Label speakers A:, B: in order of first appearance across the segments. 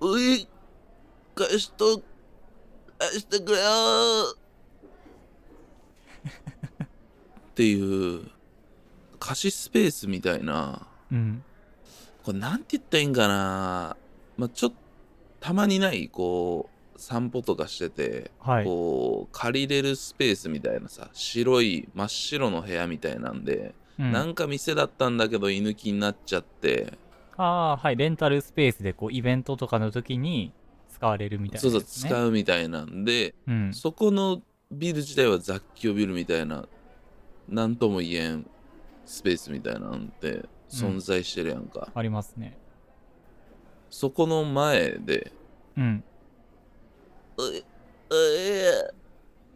A: うい、貸しと、貸してくれよ ーっていう、貸しスペースみたいな、
B: うん
A: これなんて言ったらいいんかなまあ、ちょっと、たまにない、こう、散歩とかしてて、
B: はい
A: こう、借りれるスペースみたいなさ、白い、真っ白の部屋みたいなんで、
B: うん
A: なんか店だったんだけど居抜きになっちゃって、
B: ああーはいレンタルスペースでこうイベントとかの時に使われるみたいな
A: そうそう、
B: やつね
A: 使うみたいなんで、
B: うん
A: そこのビル自体は雑居ビルみたいな、なんとも言えんスペースみたいなんて存在してるやんか。
B: ありますね
A: そこの前で、
B: うん
A: おい、おいや、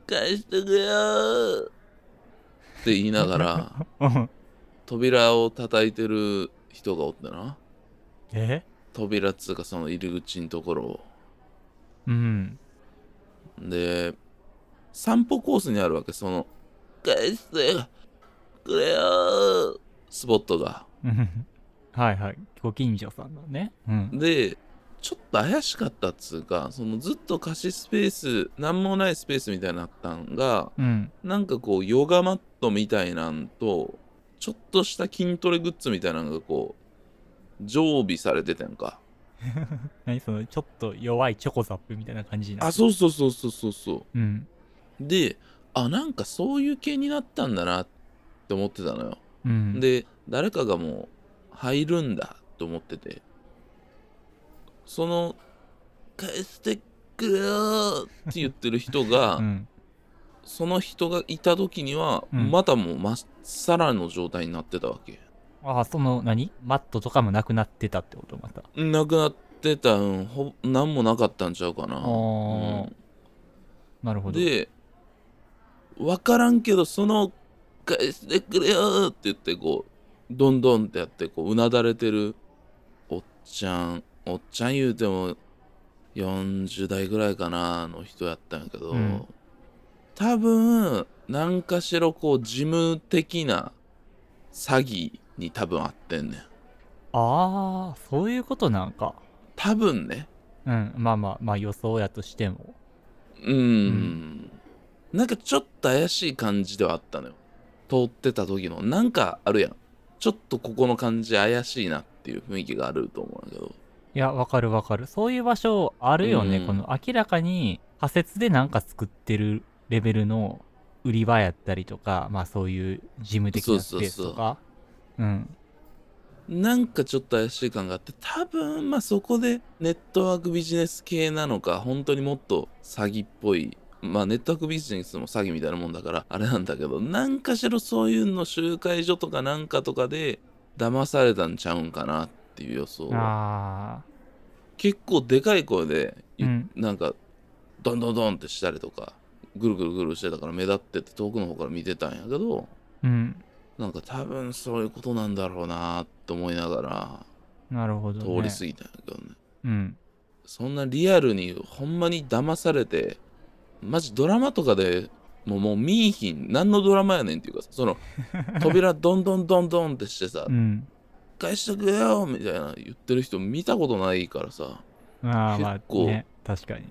A: 返してくれよーって言いなが ら、
B: うん
A: 扉を叩いてる人がおってな。
B: え
A: 扉っつうかその入り口のところを。
B: うん
A: で、散歩コースにあるわけ、その、返してくれよースポットが。
B: うんはいはいご近所さんだねうん
A: で、ちょっと怪しかったっつうか、そのずっと貸しスペース、なんもないスペースみたいになったんが、
B: うん
A: なんかこう、ヨガマットみたいなんと、ちょっとした筋トレグッズみたいなのがこう、常備されててんか。
B: 何そのちょっと弱いチョコザップみたいな感じにな
A: あ、
B: る
A: そうそうそうそうそうそう。
B: うん
A: で、あ、なんかそういう系になったんだなって思ってたのよ。
B: うん
A: で誰かがもう入るんだと思っててその「返してくれよ」って言ってる人が、
B: うん
A: その人がいた時には、
B: うん
A: またもうまっさらの状態になってたわけ
B: ああその何マットとかもなくなってたってことまた
A: なくなってたうんほ何もなかったんちゃうかな、
B: ーなる
A: う
B: ほ
A: ん
B: ど
A: で分からんけどその「返してくれよ」って言ってこうどんどんってやってこううなだれてるおっちゃんおっちゃん言うても40代ぐらいかなの人やったんやけど、
B: うん
A: 多分何かしらこう事務的な詐欺に多分あってんねん
B: ああそういうことなんか
A: 多分ね
B: うんまあまあまあ予想やとしても
A: うん、なんかちょっと怪しい感じではあったのよ通ってた時のなんかあるやんちょっとここの感じ怪しいなっていう雰囲気があると思うんだけど
B: いや、わかるわかる。そういう場所あるよね。
A: うん
B: この明らかに仮説でなんか作ってるレベルの売り場やったりとか、まあそういう事務的なスペースとか。うん。
A: なんかちょっと怪しい感があって多分まあそこでネットワークビジネス系なのか本当にもっと詐欺っぽいまあネットワークビジネスも詐欺みたいなもんだからあれなんだけどなんかしらそういうの集会所とかなんかとかで騙されたんちゃうんかなっていう予想
B: ああ。
A: 結構でかい声で、ゆ
B: うん
A: なんかドンドンドンってしたりとかぐるぐるぐるしてたから目立ってて遠くの方から見てたんやけど
B: うん。
A: なんか多分そういうことなんだろうなと思いながら
B: なるほど、ね。
A: 通り過ぎたんやけどね
B: うん。
A: そんなリアルにほんまに騙されてマジドラマとかでもうもう見いひん何のドラマやねんっていうかその扉ドンドンドンドンってしてさ
B: うん。
A: 「返してくれよ」みたいな言ってる人見たことないからさ
B: まあまあ
A: 結、構
B: ね。確かに。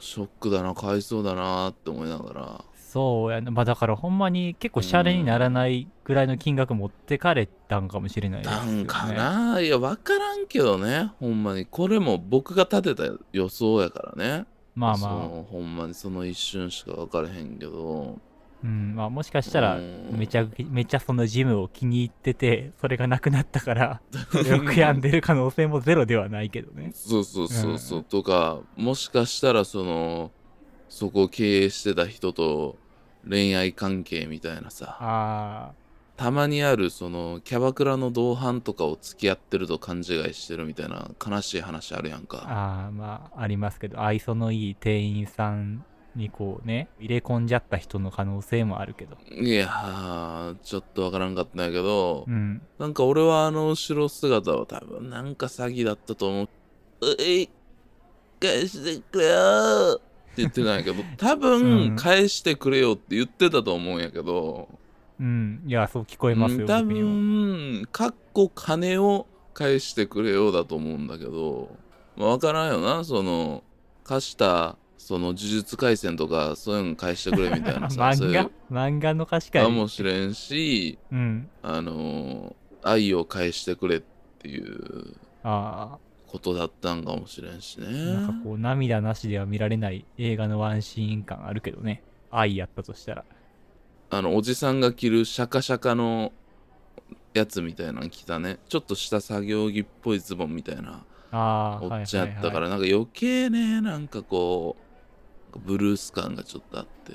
A: ショックだなかわいそうだなって思いながら
B: そうやね。まあだからほんまに結構シャレにならないぐらいの金額持ってかれたんかもしれないですよ
A: な
B: ね。
A: んかな、いや分からんけどねほんまにこれも僕が立てた予想やからね
B: まあ
A: そ
B: まあ。
A: のほんまにその一瞬しか分からへんけど
B: うん。まあもしかしたら、
A: うん
B: めちゃめちゃそのジムを気に入っててそれがなくなったからそれを悔やんでる可能性もゼロではないけどね
A: そうそうそうそう、
B: うん
A: とかもしかしたらそのそこを経営してた人と恋愛関係みたいなさ
B: あ
A: たまにあるそのキャバクラの同伴とかを付き合ってると勘違いしてるみたいな悲しい話あるやん
B: ー
A: か
B: あーまあありますけど愛想のいい店員さんにこうね入れ込んじゃった人の可能性もあるけど
A: いやーちょっとわからんかったんやけど、
B: うん
A: なんか俺はあの後ろ姿は多分なんか詐欺だったと思う。うい、返してくれよーって言ってたんやけ ど、多
B: う
A: 分
B: ん
A: 返してくれよって言ってたと思うんやけど、
B: うんいやそう聞こえますよ、
A: うん多
B: 僕にも
A: 分、かっこ金を返してくれよだと思うんだけど、まあ、分からんよなその貸したその呪術廻戦とかそういうの返してくれみたいなさそう
B: 漫
A: い
B: 画
A: う
B: 漫画の貸し
A: か
B: 会
A: もしれんし
B: うん
A: あのー愛を返してくれっていう
B: あ
A: ことだったんかもしれんしね
B: あなんかこう涙なしでは見られない映画のワンシーン感あるけどね愛やったとしたら
A: あのおじさんが着るシャカシャカのやつみたいなの着たねちょっとした作業着っぽいズボンみたいな
B: ああ
A: おっちゃんやったから、
B: ら
A: なんか余計ねなんかこうブルース感がちょっとあって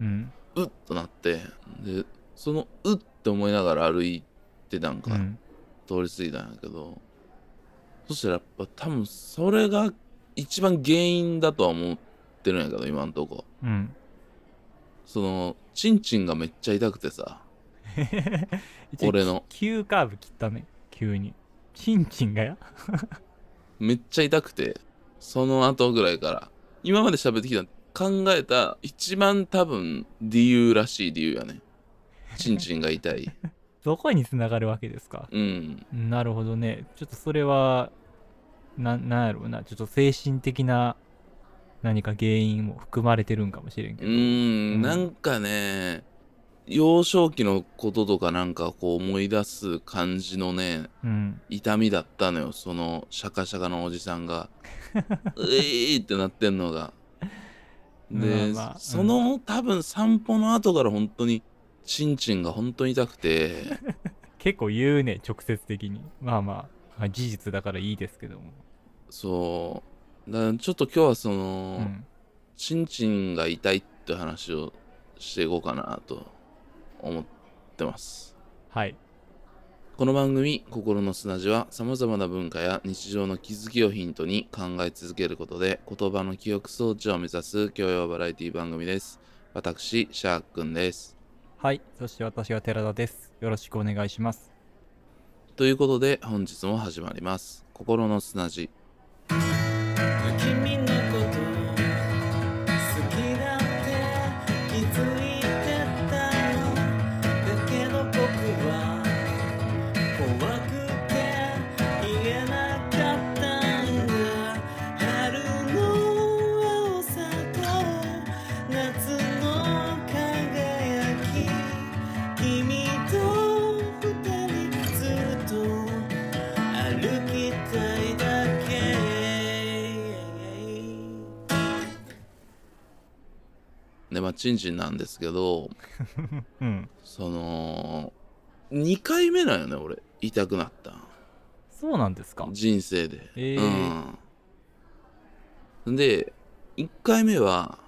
B: うん
A: うっとなってでそのうって思いながら歩いてなん
B: う
A: か
B: ん
A: 通り過ぎたんやけど、そしたらやっぱ多分それが一番原因だとは思ってるんやけど今んとこ
B: うん
A: そのチンチンがめっちゃ痛くてさ 俺の
B: 急カーブ切ったね急にチンチンがや
A: めっちゃ痛くてその後ぐらいから今まで喋ってきた考えた一番多分理由らしい理由やねチンチンが痛い
B: どこに繋がるわけですか
A: うん
B: なるほどねちょっとそれはななんやろうなちょっと精神的な何か原因も含まれてるんかもしれん
A: う
B: けど
A: ーんなんかね幼少期のこととかなんかこう思い出す感じのね
B: うん
A: 痛みだったのよそのシャカシャカのおじさんが 「ういーってなってんのがで、
B: まあまあうん
A: その多分散歩の後から本当にチンチンが本当に痛くて
B: 結構言うね直接的にまあまあまあ事実だからいいですけども、
A: そうだからちょっと今日はその
B: う、ん、
A: チンチンが痛いって話をしていこうかなと思ってます
B: はい
A: この番組「心の砂地」はさまざまな文化や日常の気づきをヒントに考え続けることで言葉の記憶装置を目指す教養バラエティ番組です。私、シャークンです。
B: はいそして私は寺田ですよろしくお願いします
A: ということで本日も始まります。心の砂地。
C: 君のこと好きだって気づいてたよだけど僕は怖くて言えなかったんだ春の青さと夏の輝き君と二人ずっと歩きたいだけ
A: で、まあ、チンチンなんですけど、
B: うん
A: その、2回目なんよね、俺。痛くなったん。
B: そうなんですか
A: 人生で、
B: え
A: うんで1回目は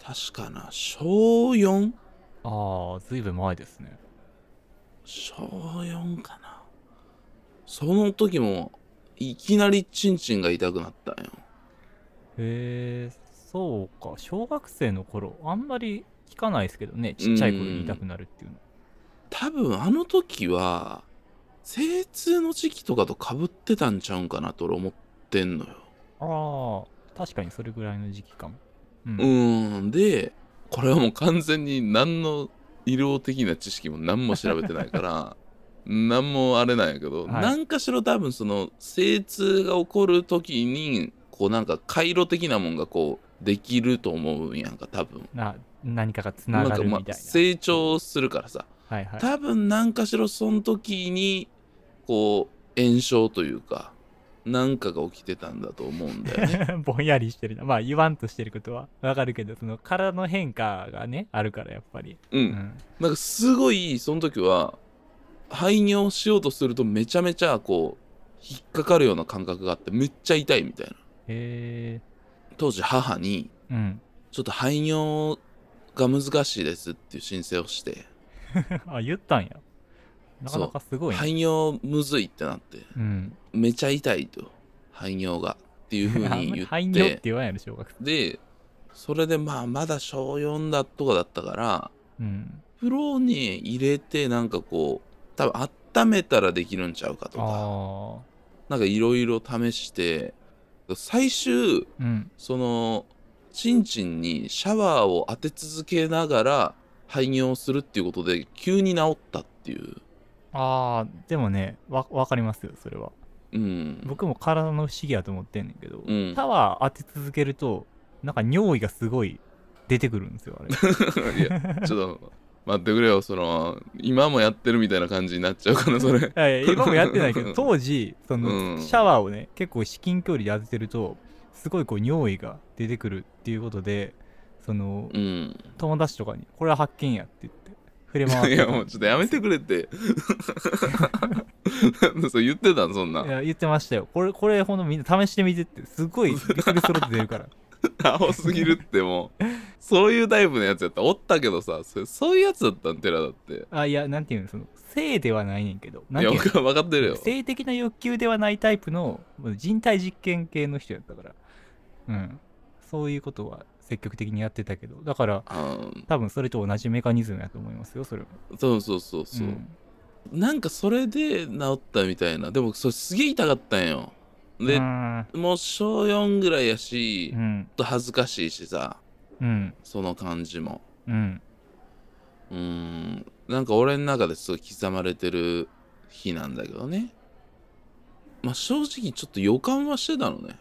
A: 確かな小 4?
B: ああずいぶん前ですね
A: 小4かなその時もいきなりチンチンが痛くなったんよ
B: へえそうか小学生の頃あんまり聞かないですけどねちっちゃい頃に痛くなるっていうの
A: 多分あの時は精通の時期とかとかぶってたんちゃうんかなと俺思ってんのよ
B: ああ確かにそれぐらいの時期かもうん、
A: うーんでこれはもう完全に何の医療的な知識も何も調べてないから 何もあれなんやけど、
B: はい
A: 何かしら多分その精通が起こる時にこうなんか回路的なもんがこうできると思うんやんか多分
B: な何かがつなが
A: んか
B: るみたいな
A: 成長するからさ、
B: はい はい
A: 多分何かしらその時にこう炎症というか何かが起きてたんだと思うんだ よね
B: ぼんやりしてるなまあ言わんとしてることはわかるけどその体の変化がねあるからやっぱり、
A: う
B: うんん、
A: なんかすごいその時は排尿しようとするとめちゃめちゃこう引っかかるような感覚があってめっちゃ痛いみたいな
B: へえ
A: 当時母に
B: うん
A: ちょっと排尿が難しいですっていう申請をして
B: あ言ったんやなかなかすごいね
A: 排尿むずいってなって
B: うん
A: めちゃ痛いと排尿がっていう風
B: あん
A: に
B: まり
A: 言っ
B: 排尿ってて言わんやろ小学生
A: でそれでまあまだ小4だとかだったから
B: うん
A: 風呂に入れてなんかこう多分温めたらできるんちゃうかとか
B: あ
A: なんかいろいろ試して最終
B: あうん
A: そのチンチンにシャワーを当て続けながら排尿するっていうことで急に治ったっていう
B: ああでもねわわかりますよそれは
A: うん。
B: 僕も体の不思議やと思ってんねんけど、
A: うん
B: タワー当て続けるとなんか尿意がすごい出てくるんです よあれ
A: いや、ちょっと待ってくれよ、その、今もやってるみたいな感じになっちゃうから、それ。
B: いやいや今もやってないけど当時その、
A: うん
B: シャワーをね結構至近距離で当ててるとすごいこう尿意が出てくるっていうことでその、
A: うん。
B: 友達とかに「これは発見や」って言って触れ回って
A: いや、もうちょっとやめてくれって。 そう言ってたの、そん
B: い
A: な。
B: や言ってましたよこれこれほんとみんな試してみてってすごいびっくりするって出 るから
A: 青すぎるってもう。そういうタイプのやつやった。おったけどさ、そそういうやつだったん、テラだって。
B: あいやなんていうのその性ではないねんけどないん
A: や、
B: てい
A: わ
B: うの
A: かわかってるよ。
B: 性的な欲求ではないタイプのもう人体実験系の人やったからうんそういうことは積極的にやってたけどだから
A: あ
B: 多分それと同じメカニズムやと思いますよそれは
A: ーそうそうそうそう、
B: ん
A: なんかそれで治ったみたいな。でも、それすげえ痛かったんよ。で
B: う、ん
A: もう小4ぐらいやし、
B: う
A: ちょ
B: ん
A: っと恥ずかしいしさ、
B: うん
A: その感じも。
B: うん
A: うーん、なんか俺の中ですごい刻まれてる日なんだけどね。まあ正直ちょっと予感はしてたのね。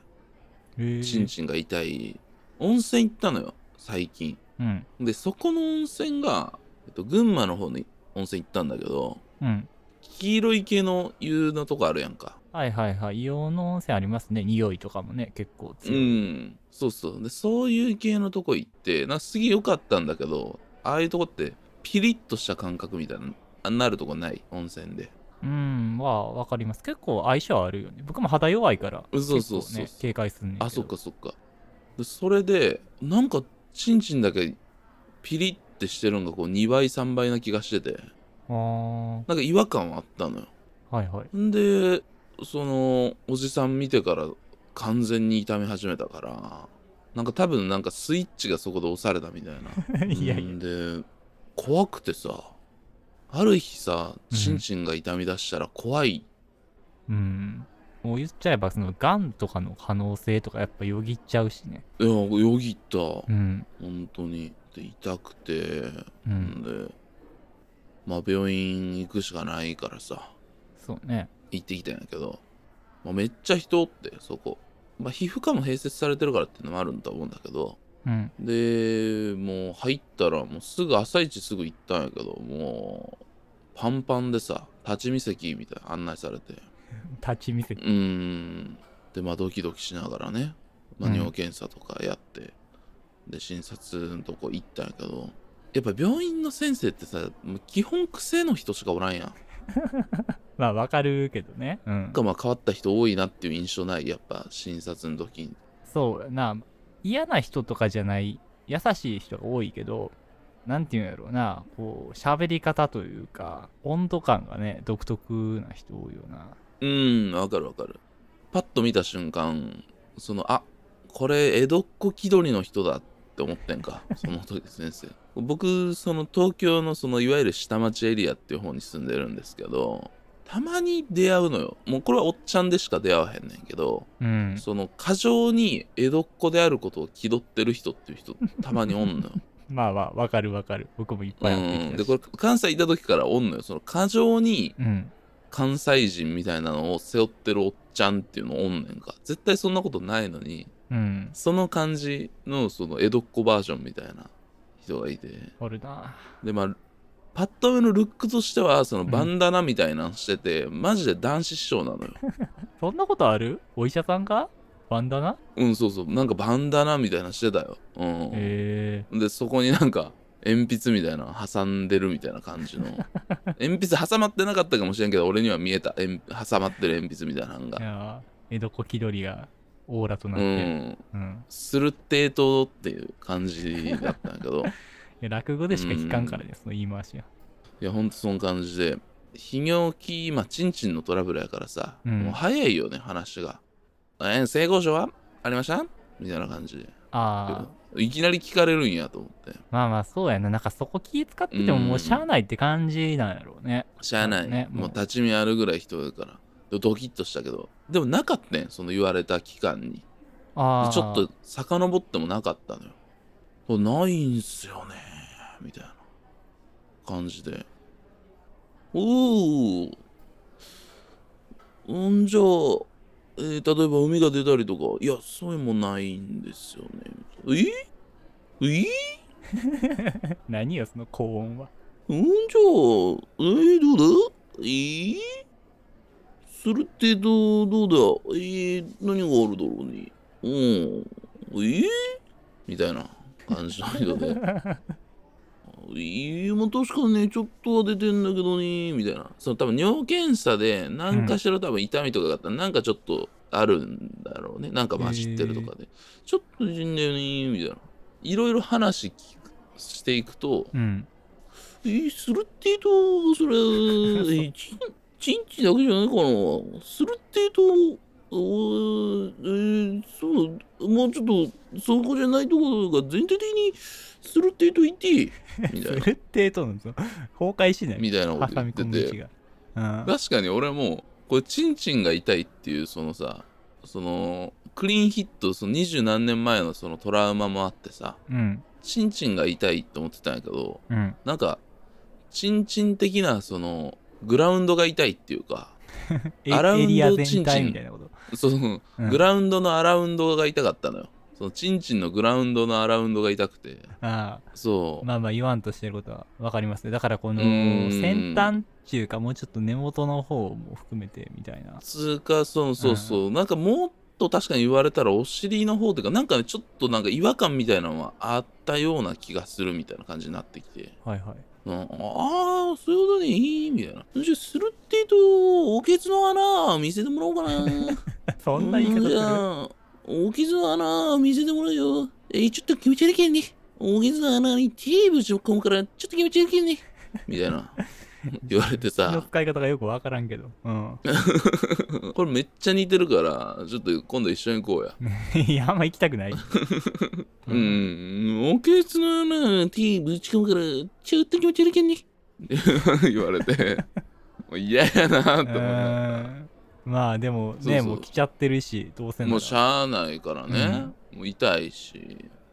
B: へー
A: ちんちんが痛い。温泉行ったのよ、最近。
B: うん
A: で、そこの温泉が、えっと、群馬の方に温泉行ったんだけど、
B: うん
A: 黄色い系の湯のとこあるやんか。
B: はいはいはい硫黄の温泉ありますね匂いとかもね結構
A: う
B: 強い、
A: ん。そうそう。で、そういう系のとこ行って、なんかすげえ良かったんだけど、ああいうとこってピリッとした感覚みたいな、あなるとこない、温泉で。
B: うん、まあ、わかります。結構相性はあるよね。僕も肌弱いから、
A: う
B: 結
A: ん
B: 構
A: そ
B: ね
A: うそうそうそう
B: 警戒すんねんけど
A: あそっか。そっかでそれでなんかチンチンだけピリってしてるのがこう2倍3倍な気がしてて
B: あー
A: なんか違和感はあったのよ
B: はいはい。
A: んでそのおじさん見てから完全に痛み始めたからなんか多分なんかスイッチがそこで押されたみたいな
B: いやいや
A: んで怖くてさある日さ
B: うん
A: チンチンが痛み出したら怖い、
B: うん。もう言っちゃえば、その、がんとかの可能性とか、やっぱよぎっちゃうしね。
A: いやよぎった
B: うん。
A: 本当にで痛くて
B: うん。
A: で、まあ病院行くしかないからさ、
B: そうね。
A: 行ってきたんやけど、まあ、めっちゃ人おって、そこ。まあ皮膚科も併設されてるからっていうのもあるんだと思うんだけど、
B: うん。
A: で、もう入ったらもうすぐ朝一すぐ行ったんやけど、もう、パンパンでさ、立ち見席みたいな案内されて、
B: 立ち見せ
A: うーん。で、まあドキドキしながらね、まあ
B: うん
A: 尿検査とかやって、で、診察のとこ行ったんやけど、やっぱ病院の先生ってさ、もう基本癖の人しかおらんやん。
B: まあ、わかるけどね。うん
A: なん。かまあ変わった人多いなっていう印象ない、やっぱ診察の時に。
B: そうやな。嫌な人とかじゃない、優しい人が多いけど、なんていうんやろうな、こう、喋り方というか、温度感がね、独特な人多いよな。
A: うーん、わかるわかる。パッと見た瞬間、その、あ、これ江戸っ子気取りの人だって思ってん か、その時先生。僕、その東京のそのいわゆる下町エリアっていう方に住んでるんですけど、たまに出会うのよ。もうこれはおっちゃんでしか出会わへんねんけど、
B: うん。
A: その過剰に江戸っ子であることを気取ってる人っていう人たまにおんのよ。
B: まあまあ、わかるわかる。僕もいっぱいやってき
A: うん
B: た
A: で
B: し
A: これ関西行った時からおんのよその過剰に
B: うん。
A: 関西人みたいなのを背負ってるおっちゃんっていうのおんねんか絶対そんなことないのに
B: うん。
A: その感じのその江戸っ子バージョンみたいな人がいて
B: おるな。
A: でまあパッと目のルックとしてはその
B: ん
A: バンダナみたいなのしてて、マジで男子師匠なのよ
B: そんなことあるお医者さんかバンダナ
A: うんそうそうなんかバンダナみたいなのしてたようん、
B: へえ
A: でそこになんか鉛筆みたいなの挟んでるみたいな感 じの鉛筆挟まってなかったかもしれんけど俺には見えた鉛挟まってる鉛筆みたいなの
B: い
A: が
B: やー江戸っ子気取りがオーラとなっ
A: う
B: て
A: ん
B: うん、
A: するってえとっていう感じだったんやけ ど
B: いや落語でしか聞かんからね、その言い回しが
A: いやほんとその感じで泌尿器まあちんちんのトラブルやからさ、
B: うん
A: もう早いよね話が「えー性交渉はありました?」みたいな感じで
B: ああ
A: いきなり聞かれるんやと思って
B: まあまあそうやななんかそこ気使っててももうしゃあないって感じなんやろうね
A: しゃあない、
B: ね
A: もう
B: もう
A: 立ち見あるぐらい人だからでドキッとしたけどでもなかったねその言われた期間にで
B: ああ
A: ちょっと遡ってもなかったのよこれないんすよねみたいな感じでおおうんじゃあ、えー例えば海が出たりとかいやそういうのもないんですよねええ
B: 何よ、その高音は。
A: うんじゃあえー、どうだえー、するってどうどうだえー、何があるだろうねうんえー、みたいな感じの人でいや、まあ、確かにね、ちょっとは出てんだけどね、みたいな。その多分尿検査で、何かしら多分痛みとかがあったら、なんかちょっとあるんだろうね。なんか混じってるとかで。ちょっと出てんだよね、みたいな。いろいろ話聞くしていくと、
B: うん。
A: えーするってと、それ、えーちん、ちんちだけじゃないかな。するってと、おーえーそう、もうちょっと、そこじゃないところが全体的に、するってと言って、み
B: す
A: たいな
B: る。ってえとの、その崩壊しない。
A: みたいなこと言
B: 挟
A: っ
B: み
A: て
B: 込む位置
A: て。
B: が。うん。
A: 確かに俺はもう、これ、ちんちんが痛いっていう、そのさ、その、クリーンヒット、その二十何年前のそのトラウマもあってさ、
B: うん。
A: ちんちんが痛いって思ってたんやけど、
B: うん。
A: なんか、チンチン的な、その、グラウンドが痛いっていうか、
B: え
A: アラウンド
B: エリア
A: チン
B: 全
A: チ
B: 体
A: ン
B: みたいなこと。
A: その、
B: うん
A: グラウンドのアラウンドが痛かったのよ。その、チンチンのグラウンドのアラウンドが痛くて、
B: あ
A: そ
B: あ
A: う。
B: まあまあ言わんとしてることは分かりますねだからこの
A: うーん
B: 先端っていうかもうちょっと根元の方も含めてみたいな
A: つうか、そうそうそう、なんかもっと確かに言われたら、お尻の方っていうか、なんかね、ちょっとなんか違和感みたいなのはあったような気がするみたいな感じになってきて、
B: はいはい
A: うん、ああ、そういうことでいいみたいな。じゃあ、するってと、おけつの穴、見せてもらおうかな。
B: そんな言い方す
A: じ
B: る
A: ゃあ、お傷の穴見せてもらうよ。えーちょっと気持ち悪いけんね。お傷の穴にテープぶち込むから、ちょっと気持ち悪いけんね。みたいな。 言われて
B: 口の
A: さ、
B: 使い方がよく分からんけどうん
A: これめっちゃ似てるから、ちょっと今度一緒に行こうや。
B: いやあんま行きた くない
A: うん、おけつの穴にテープぶち込むから、ちょっと気持ち悪いけんね。 言われて、もう嫌やなと思いなが
B: う
A: ら
B: ーんまあでもね
A: そうそう
B: もう来ちゃってるしどうせなら
A: もうしゃあないからね、もう痛いし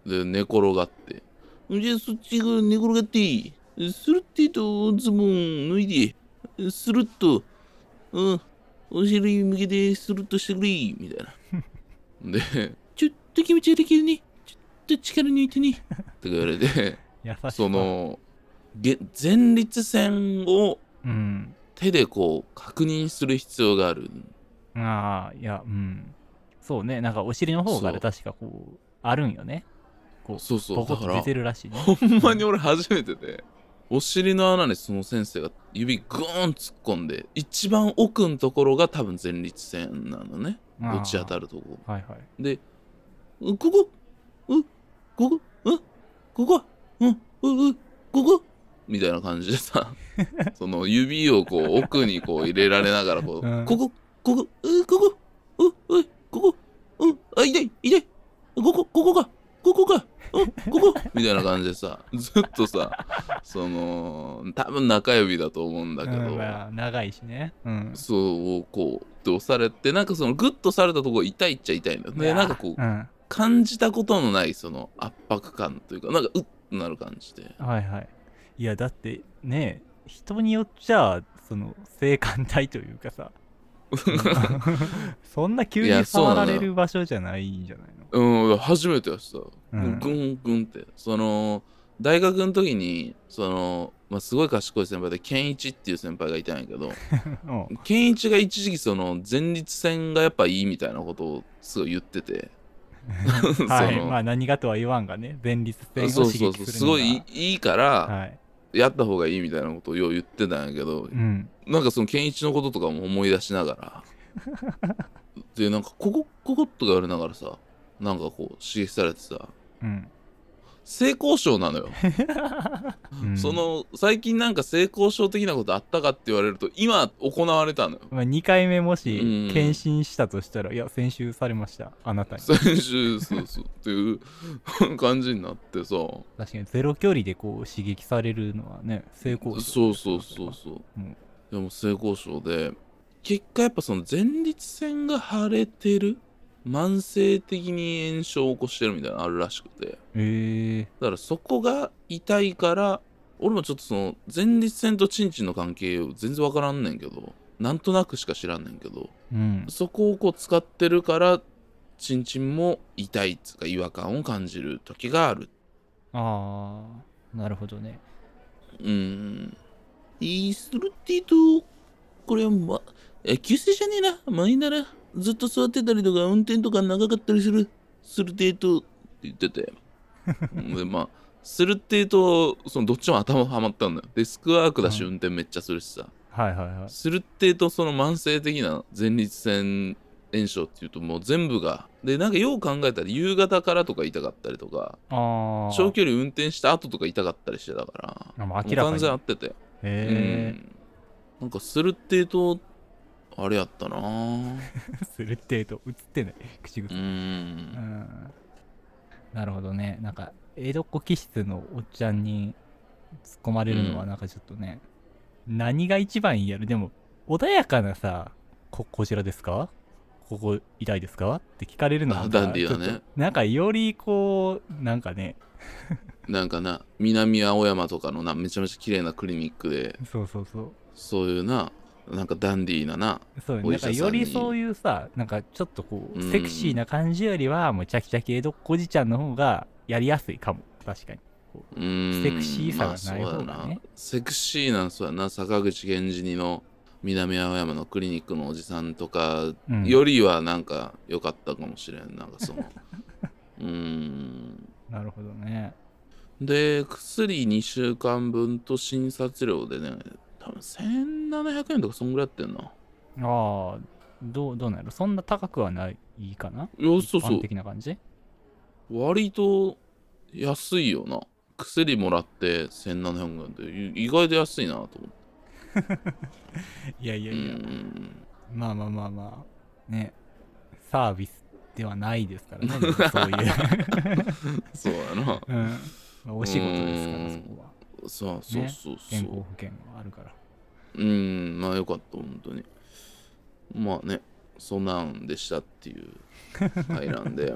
A: で寝転がってじゃあそっちが寝転がっていいスルッてとズボン脱いでスルッとうんお尻向けてスルッとしてくれみたい なでちょっと気持ち悪いけどねちょっと力抜いてねって言われ て
B: 優しく
A: そのげ前立腺を
B: うん
A: 手でこう確認する必要がある
B: ああいやうんそうねなんかお尻の方がね
A: そう
B: 確かこうあるんよねこう
A: そうそう
B: ボコッ
A: だ
B: と
A: から
B: 出てるらしいね
A: ほんまに俺初めてで、お尻の穴にその先生が指グーン突っ込んで、一番奥のところが多分前立腺なのね。
B: ああ
A: ぶち当たるとこ。
B: はいはい
A: で、うここうここうんここうんううここみたいな感じで さ、その指をこう奥にこう入れられながらこう、
B: うん
A: ここここうここううここうんあ痛い痛いここここかここかうんここ みたいな感じでさ、ずっとさ、その多分中指だと思うんだけど、
B: うんまあ、長いしね、うん、
A: そうこうって押されてなんかそのグッとされたところ痛いっちゃ痛いんだよ
B: い
A: ね
B: や
A: なんかこう
B: うん、
A: 感じたことのないその圧迫感というかなんかうっとなる感じで
B: はいはいいやだってね人によっちゃその性感帯という かさそんな急
A: いや
B: に
A: そう
B: 触
A: な
B: ら
A: のよ
B: れる場所じゃないんじゃないの
A: うん初めてやした、
B: うん
A: グングンってその大学の時にその、まあ、すごい賢い先輩で健一っていう先輩がいたんやけど
B: うん
A: 健一が一時期その前立腺がやっぱいいみたいなことをすごい言っててその
B: はいまあ何がとは言わんがね前立腺を
A: そう
B: 刺激す
A: そう
B: る
A: そ
B: の
A: うすご
B: が
A: いいいから、
B: はい
A: やった方がいいみたいなことをよう言ってたんやけど、
B: うん
A: なんかその健一のこととかも思い出しなが らでなんかこここことか言われながらさなんかこう刺激されてさ
B: うん
A: 性交渉なのよ、
B: うん
A: その最近なんか性交渉的なことあったかって言われると今行われたのよ
B: まあ、2回目もし
A: うん
B: 検診したとしたら、いや先週されましたあなたに
A: 先週そうそうっていう感じになってさ
B: 確かにゼロ距離でこう刺激されるのはね成功
A: そうそうそうそう、
B: うん
A: でも性交渉で結果やっぱその前立腺が腫れてる慢性的に炎症を起こしてるみたいなのあるらしくて
B: ええ
A: だからそこが痛いから俺もちょっとその前立腺とチンチンの関係を全然分からんねんけどなんとなくしか知らんねんけど
B: うん
A: そこをこう使ってるからチンチンも痛いっつうか違和感を感じる時がある
B: ああなるほどね
A: うんイースルティとこれはまえ急性じゃねえな前ならずっと座ってたりとか運転とか長かったりするする程度って言っててでまあする程度そのどっちも頭はまったんだよデスクワークだし
B: うん
A: 運転めっちゃするしさ、
B: はいはいはい
A: するってとその慢性的な前立腺炎症っていうともう全部がでなんかよう考えたら夕方からとか痛かったりとか
B: ああ
A: 長距離運転した後とか痛かったりしてたから
B: あもう
A: もう
B: 明らか
A: 完
B: に
A: 全合ってて、う
B: へ
A: んなんかするってとあれやったなぁ
B: え する程度映ってない口
A: う
B: 々 うんんなるほどねなんか江戸っ子気質のおっちゃんに突っ込まれるのは
A: うん
B: なんかちょっとね、何が一番いいやるでも穏やかなさここちらですかここ痛いですかって聞かれるの
A: あ
B: は
A: ダンディーだね
B: なんかよりこうなんかね
A: なんかな南青山とかのなめちゃめちゃ綺麗なクリニックで
B: そうそうそう
A: そういうななんかダンディーなな
B: そうね
A: お
B: な
A: 医
B: ん
A: 者
B: か
A: さんに
B: よりそういうさなんかちょっとこう
A: うん
B: セクシーな感じよりはもうチャキチャキ江戸っ子じちゃんの方がやりやすいかも確かに
A: うん
B: セクシーさがない方がね
A: まあそうだなセクシーなんそうやな坂口源氏の南青山のクリニックのおじさんとか
B: うん
A: よりはなんか良かったかもしれんなんか そのうーん
B: なるほどね
A: で薬2週間分と診察料でね多分1700円とかそんぐらいやってんな
B: ああどうどうなるそんな高くはないかない
A: やそう
B: 一
A: そ
B: 般的な感じ
A: う割と安いよな薬もらって1700円ってい意外と安いなと思って
B: いやいや
A: う
B: いや、
A: ん
B: まあまあまあまあねサービスではないですか らねでもそういう、
A: そうやな
B: うんまあ、お仕事ですか
A: う
B: ら
A: ん
B: そこ
A: さ
B: は
A: あそうそうそう、
B: 健康保険があるから
A: うんまあよかった本当にまあねそんなんでしたって いう回なんで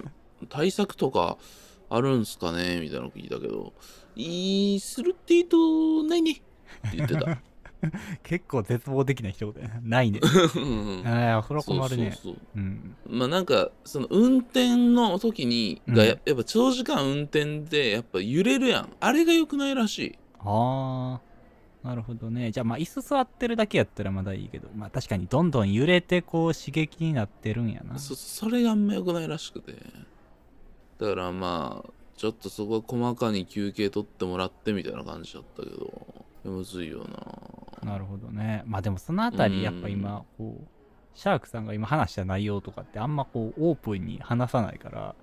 A: 対策とかあるんすかねみたいなの聞いたけど「いいするって言うとないね」って言って た
B: 結構絶望的な一言やなな いね
A: うん
B: ああ、これは困るね。
A: そうそうそう
B: うん。
A: まあなんかその運転の時に
B: うん
A: がややっぱ長時間運転でやっぱ揺れるやんあれが良くないらしい
B: ああ、なるほどね。じゃあ、まあ、椅子座ってるだけやったらまだいいけど、まあ、確かにどんどん揺れて、こう、刺激になってるんやな。
A: そそれがあんま良くないらしくてだからまあちょっとそこは細かに休憩取ってもらってみたいな感じだったけどいやむずいよな
B: なるほどね。まあ、でも、そのあた
A: うん
B: り、やっぱ今、こう、シャークさんが今話した内容とかって、あんまこう、オープンに話さないから、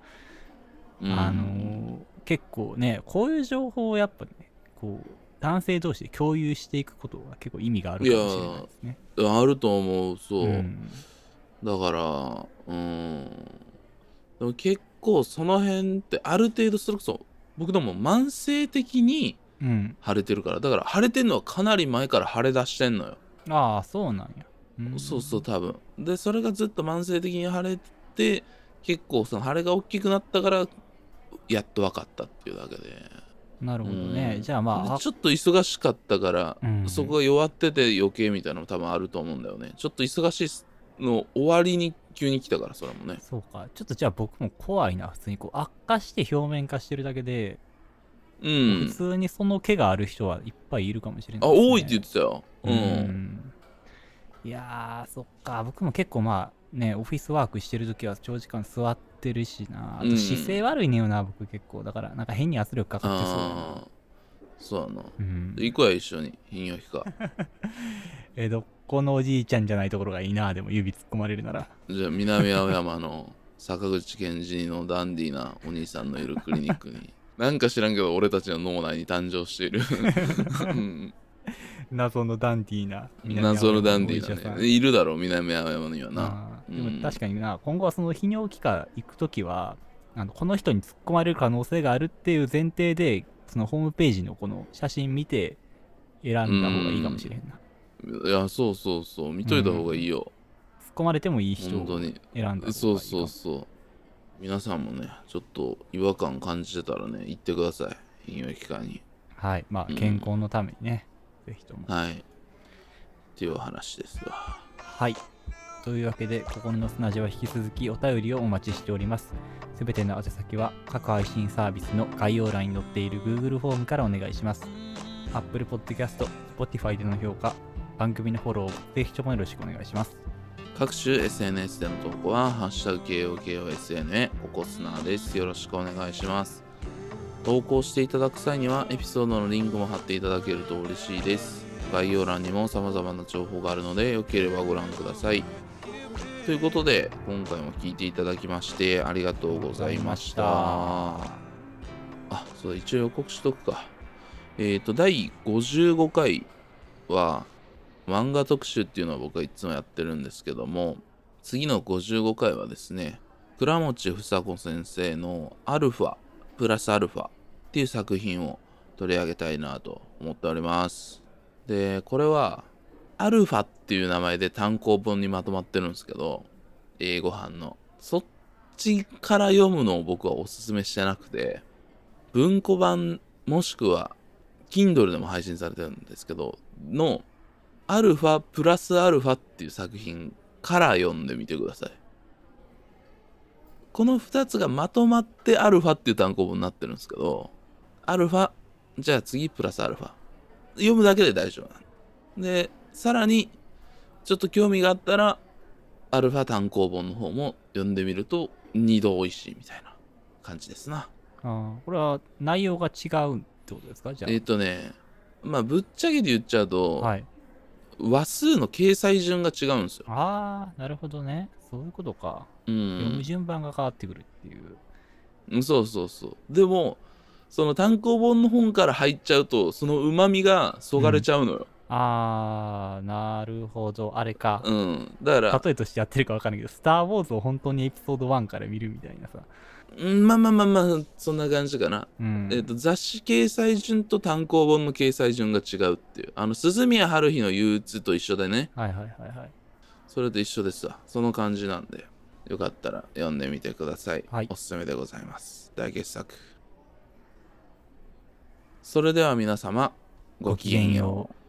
A: うん
B: あのー結構ね、こういう情報をやっぱね、こう、男性同士で共有していくことは結構意味があるかもしれないですね。
A: あると思うそう、
B: うん
A: だからうんでも結構その辺ってある程度それこそ僕ども慢性的に
B: うん。
A: 腫れてるからだから腫れてんのはかなり前から腫れ出してんのよ
B: ああ、そうなんや。ん
A: そうそう多分でそれがずっと慢性的に腫れて結構その腫れが大きくなったからやっと分かったっていうだけで
B: なるほどね。
A: うん
B: じゃあまあ、
A: でちょっと忙しかったから、
B: うん
A: そこが弱ってて余計みたいなのも多分あると思うんだよねちょっと忙しいの終わりに急に来たからそれもね
B: そうか。ちょっとじゃあ僕も怖いな。普通にこう悪化して表面化してるだけで、
A: う
B: 普
A: ん
B: 通にその毛がある人はいっぱいいるかもしれな
A: あ
B: いですね、
A: 多いって言ってたようん、
B: うんいやー、そっか。僕も結構まあ、ね、オフィスワークしてるときは長時間座ってるしな。あ
A: う
B: と
A: ん
B: 姿勢悪いねよな、僕結構。だから、なんか変に圧力かかってそうだな
A: ああ。そうやな
B: うん、
A: 行こうや一緒に泌尿器科
B: えどっこのおじいちゃんじゃないところがいいなでも指突っ込まれるなら
A: じゃあ南青山の坂口健二のダンディーなお兄さんのいるクリニック になんか知らんけど俺たちの脳内に誕生している、うん
B: 謎のダンディーな
A: 謎のダンディ
B: 南青
A: ーだ
B: 山のお医者さん
A: ねいるだろう南青山にはな
B: あ
A: うん
B: ーでも確かにな、今後はその泌尿器科行くときはあのこの人に突っ込まれる可能性があるっていう前提でそのホームページのこの写真見て選んだ方がいいかもしれんない
A: やそうそうそう見といた方がいいよ、
B: 突っ込まれてもいい人
A: 本
B: を
A: 当
B: 選
A: に
B: んだ方がいいかも
A: そうそうそう皆さんもねちょっと違和感感じてたらね行ってください泌尿器科に
B: はいまあ
A: うん
B: 健康のためにね、ぜひとも
A: はいっていうお話ですわ
B: はい。というわけで、心の砂地は引き続きお便りをお待ちしております。すべての宛先は、各配信サービスの概要欄に載っている Google フォームからお願いします。Apple Podcast、Spotify での評価、番組のフォロー、ぜひともよろしくお願いします。
A: 各種 SNS での投稿は、ハッシュタグ KOKOSNA、ココスナーです。よろしくお願いします。投稿していただく際には、エピソードのリンクも貼っていただけると嬉しいです。概要欄にも様々な情報があるので、よければご覧ください。ということで、今回も聞いていただきまして、ありがとうございました。あ、そうだ、一応予告しとくか。えっ、と、第55回は、漫画特集っていうのを僕はいつもやってるんですけども次の55回はですね倉持房子先生の「アルファプラスアルファ」っていう作品を取り上げたいなと思っておりますでこれは「アルファ」っていう名前で単行本にまとまってるんですけど英語版のそっちから読むのを僕はおすすめしてなくて文庫版もしくは Kindle でも配信されてるんですけどのアルファプラスアルファっていう作品から読んでみてください。この2つがまとまってアルファっていう単行本になってるんですけど、アルファ、じゃあ次プラスアルファ。読むだけで大丈夫なので、さらに、ちょっと興味があったら、アルファ単行本の方も読んでみると、二度美味しいみたいな感じですな。
B: あこれは内容が違うってことですかじゃあ。
A: えっ、とね、まあ、ぶっちゃけて言っちゃうと、
B: はい。
A: 話数の掲載順が違うんですよ。
B: ああ、なるほどね。そういうことか。
A: うん、
B: 読む順番が変わってくるっていう。
A: うんそうそうそうでもその単行本の本から入っちゃうとそのうまみがそがれちゃうのよ、
B: あー、なるほど。あれか。
A: うんだから
B: 例えとしてやってるかわかんないけど、スター・ウォーズを本当にエピソード1から見るみたいなさ。
A: うんまあまあまあまあそんな感じかな、
B: うん。
A: えっと雑誌掲載順と単行本の掲載順が違うっていうあの鈴宮春日の憂鬱と一緒でね
B: はいはいはいはい。
A: それと一緒ですわその感じなんでよかったら読んでみてください、
B: はい
A: おすすめでございます大傑作それでは皆様ごきげんよう
B: う。